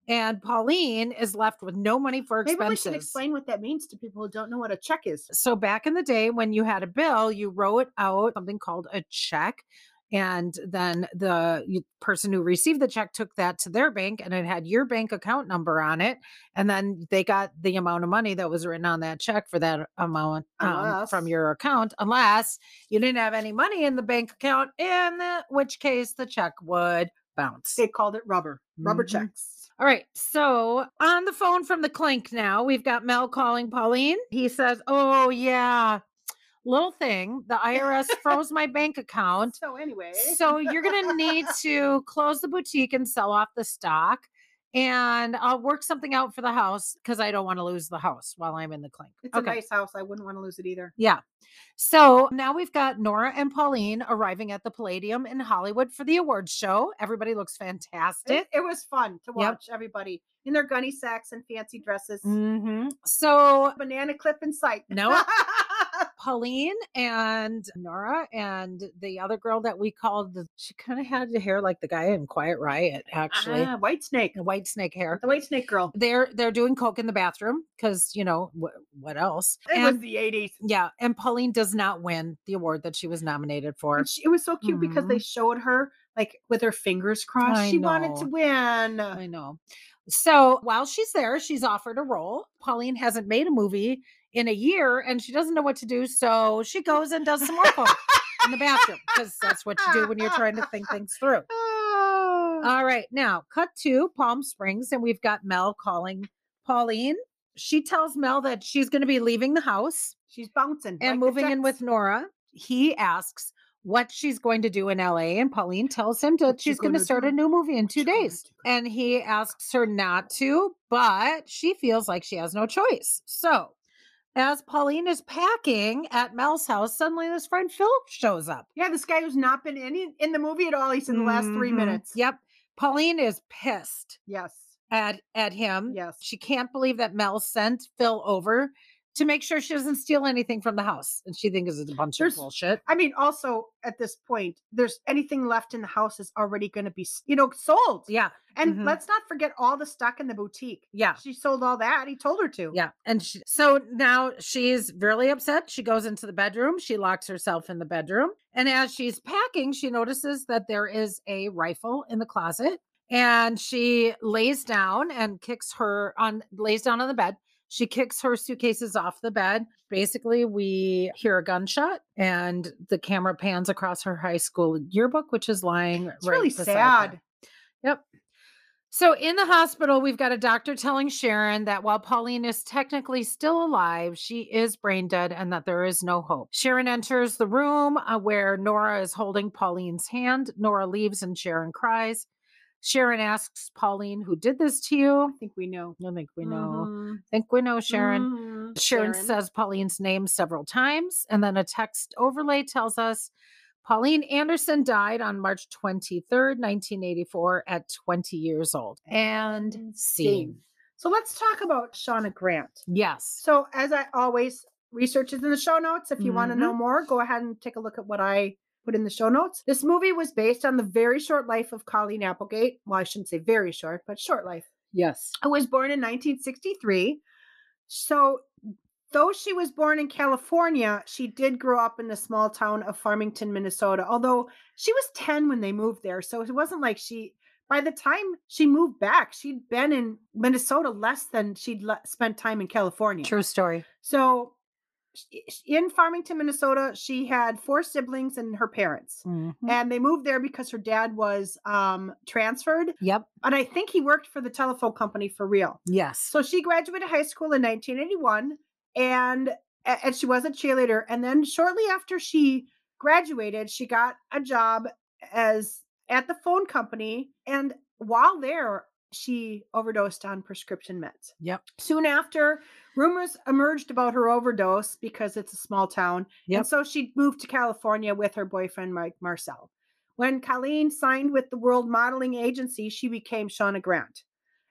and Pauline is left with no money for Maybe we expenses. should explain what that means to people who don't know what a check is. So back in the day, when you had a bill, you wrote out something called a check. And then the y- person who received the check took that to their bank and it had your bank account number on it. And then they got the amount of money that was written on that check for that amount um, from Unless- your account, unless you didn't have any money in the bank account, in the- which case the check would bounce. They called it rubber. Rubber Mhm. checks. All right. So on the phone from the clink now, we've got Mel calling Pauline. He says, Oh, yeah. Little thing, the IRS froze my bank account. So anyway. So you're going to need to close the boutique and sell off the stock. And I'll work something out for the house because I don't want to lose the house while I'm in the clink. It's a nice house. I wouldn't want to lose it either. Yeah. So now we've got Nora and Pauline arriving at the Palladium in Hollywood for the awards show. Everybody looks fantastic. It, it was fun to Yep. watch everybody in their gunny sacks and fancy dresses. hmm So Banana clip in sight. No. Pauline and Nora and the other girl that we called the, she kind of had the hair like the guy in Quiet Riot, actually. Ah, white snake. The white snake hair. The white snake girl. They're they're doing coke in the bathroom because you know wh- what else? It and, was the 80s. yeah, and Pauline does not win the award that she was nominated for. And she, it was so cute because they showed her like with her fingers crossed. Mm-hmm. I she wanted to know. win. I know. So while she's there, she's offered a role. Pauline hasn't made a movie in a year and she doesn't know what to do. So she goes and does some more coke in the bathroom because that's what you do when you're trying to think things through. Ah. All right, now cut to Palm Springs, and we've got Mel calling Pauline. She tells Mel that she's going to be leaving the house She's bouncing and like the moving in checks. with Nora. He asks, what she's going to do in LA. And Pauline tells him that What you she's going to gonna start a do? new movie in two you gonna days. do? And he asks her not to, but she feels like she has no choice. So, as Pauline is packing at Mel's house, suddenly this friend Phil shows up. Yeah, this guy who's not been in in the movie at all. He's in the last three Mhm. minutes. Yep. Pauline is pissed Yes. at at him. Yes. She can't believe that Mel sent Phil over to make sure she doesn't steal anything from the house. And she thinks it's a bunch There's- of bullshit. I mean, also at this point, there's anything left in the house is already going to be, s- you know, sold. Yeah. And mhm. let's not forget all the stock in the boutique. Yeah. She sold all that. He told her to. Yeah. And she, so now she's really upset. She goes into the bedroom. She locks herself in the bedroom. And as she's packing, she notices that there is a rifle in the closet. And she lays down and kicks her on, lays down on the bed. She kicks her suitcases off the bed. Basically, we hear a gunshot and the camera pans across her high school yearbook, which is lying It's right really beside her. sad. So in the hospital, we've got a doctor telling Sharon that while Pauline is technically still alive, she is brain dead and that there is no hope. Sharon enters the room uh, where Nora is holding Pauline's hand. Nora leaves and Sharon cries. Sharon asks Pauline, Who did this to you? I think we know. I think we know. Mm-hmm. I think we know, Sharon. Sharon Sharon. says Pauline's name several times, and then a text overlay tells us Pauline Anderson died on March 23rd, 1984, at 20 years old. And scene. So let's talk about Shauna Grant. Yes. So, as I always, research is in the show notes. If you want to know more, go ahead and take a look at what I put in the show notes. This movie was based on the very short life of Colleen Applegate. Well, I shouldn't say very short, but short life. Yes. who was born in 1963. So, though she was born in California, she did grow up in the small town of Farmington, Minnesota. Although she was 10 when they moved there, so it wasn't like she. By the time she moved back, she'd been in Minnesota less than she'd le- spent time in California. True story. So, sh- sh- in Farmington, Minnesota, she had four siblings and her parents. Mm-hmm. And they moved there because her dad was um, transferred. Yep. And I think he worked for the telephone company for real. Yes. So she graduated high school in 1981 and a- and she was a cheerleader and then shortly after she graduated she got a job as at the phone company and while there she overdosed on prescription meds. Yep. Soon after rumors emerged about her overdose because it's a small town Yep. and so she moved to California with her boyfriend Mike Marcel. When Colleen signed with the World Modeling Agency, she became Shauna Grant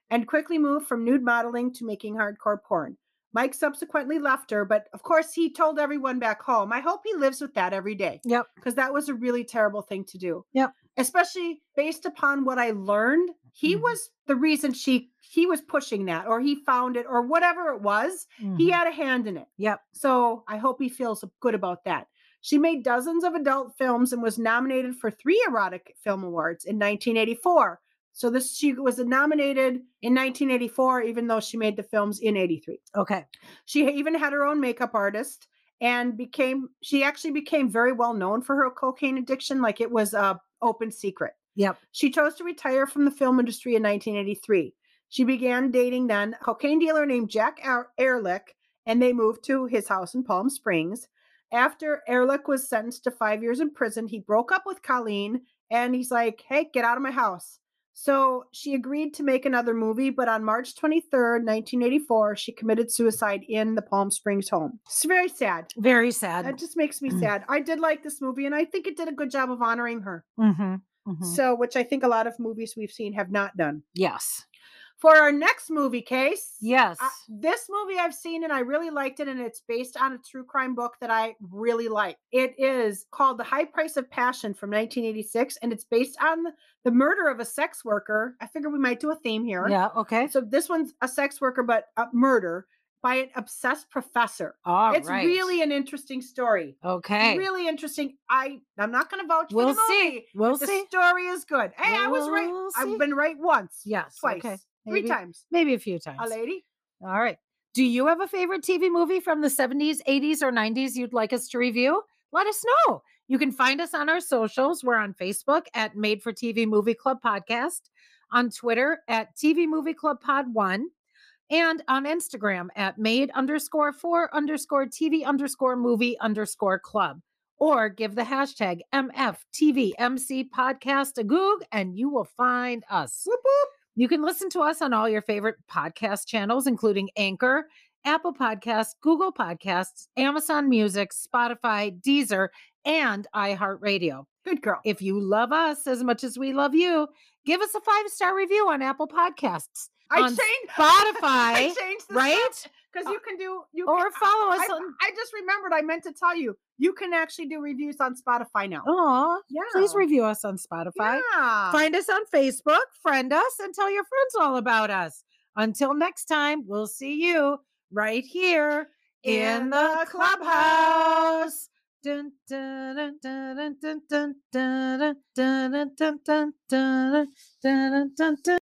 and quickly moved from nude modeling to making hardcore porn. Mike subsequently left her, but of course he told everyone back home. I hope he lives with that every day. Yep. Because that was a really terrible thing to do. Yep. Especially based upon what I learned, he Mhm. was the reason she he was pushing that or he found it or whatever it was he Mhm. had a hand in it. Yep. So I hope he feels good about that. She made dozens of adult films and was nominated for three erotic film awards in 1984. So this she was nominated in 1984, even though she made the films in 83. Okay. She ha- even had her own makeup artist and became she actually became very well known for her cocaine addiction, like it was a open secret. Yep. She chose to retire from the film industry in 1983. She began dating then a cocaine dealer named Jack Ar- Ehrlich, and they moved to his house in Palm Springs. After Ehrlich was sentenced to five years in prison, he broke up with Colleen and he's like, hey, get out of my house. So she agreed to make another movie, but on March 23rd, 1984, she committed suicide in the Palm Springs home. It's very sad. Very sad. Mm-hmm. That just makes me sad. I did like this movie, and I think it did a good job of honoring her. Mhm, mhm. So, which I think a lot of movies we've seen have not done. Yes. For our next movie case, Yes. I- this movie I've seen and I really liked it, and it's based on a true crime book that I really like. It is called The High Price of Passion from 1986, and it's based on the murder of a sex worker. I figure we might do a theme here. yeah. Okay. So this one's a sex worker, but a murder by an obsessed professor. All right. it's really an interesting story. okay. Really interesting. I I'm not going to vouch we'll for the see. movie. We'll The see. story is good. Hey, I was right. We'll see. I've been right once. Yes. Twice. Okay. Three Maybe- times. Maybe a few times. A lady. All right. Do you have a favorite TV movie from the 70s, 80s, or 90s you'd like us to review? Let us know. You can find us on our socials. We're on Facebook at Made for TV Movie Club Podcast, on Twitter at TV Movie Club Pod One, and on Instagram at made underscore for underscore TV underscore movie underscore club. or give the hashtag MFTVMC podcast a goog and you will find us. Whoop, whoop. You can listen to us on all your favorite podcast channels, including Anchor, Apple Podcasts, Google Podcasts, Amazon Music, Spotify, Deezer, and iHeartRadio. Good girl. If you love us as much as we love you, give us a five star review on Apple Podcasts, I on changed Spotify, right? Uh, Because you can do you Or can- follow us I, on. I just remembered I meant to tell you you can actually do reviews on Spotify now. Aw, yeah. Oh, please review us on Spotify. Yeah. Find us on Facebook, friend us, and tell your friends all about us. Until next time, we'll see you right here in, the clubhouse. Dun, dun, dun, dun, dun, dun, dun, dun, dun, dun, dun, dun, dun, dun, dun, dun.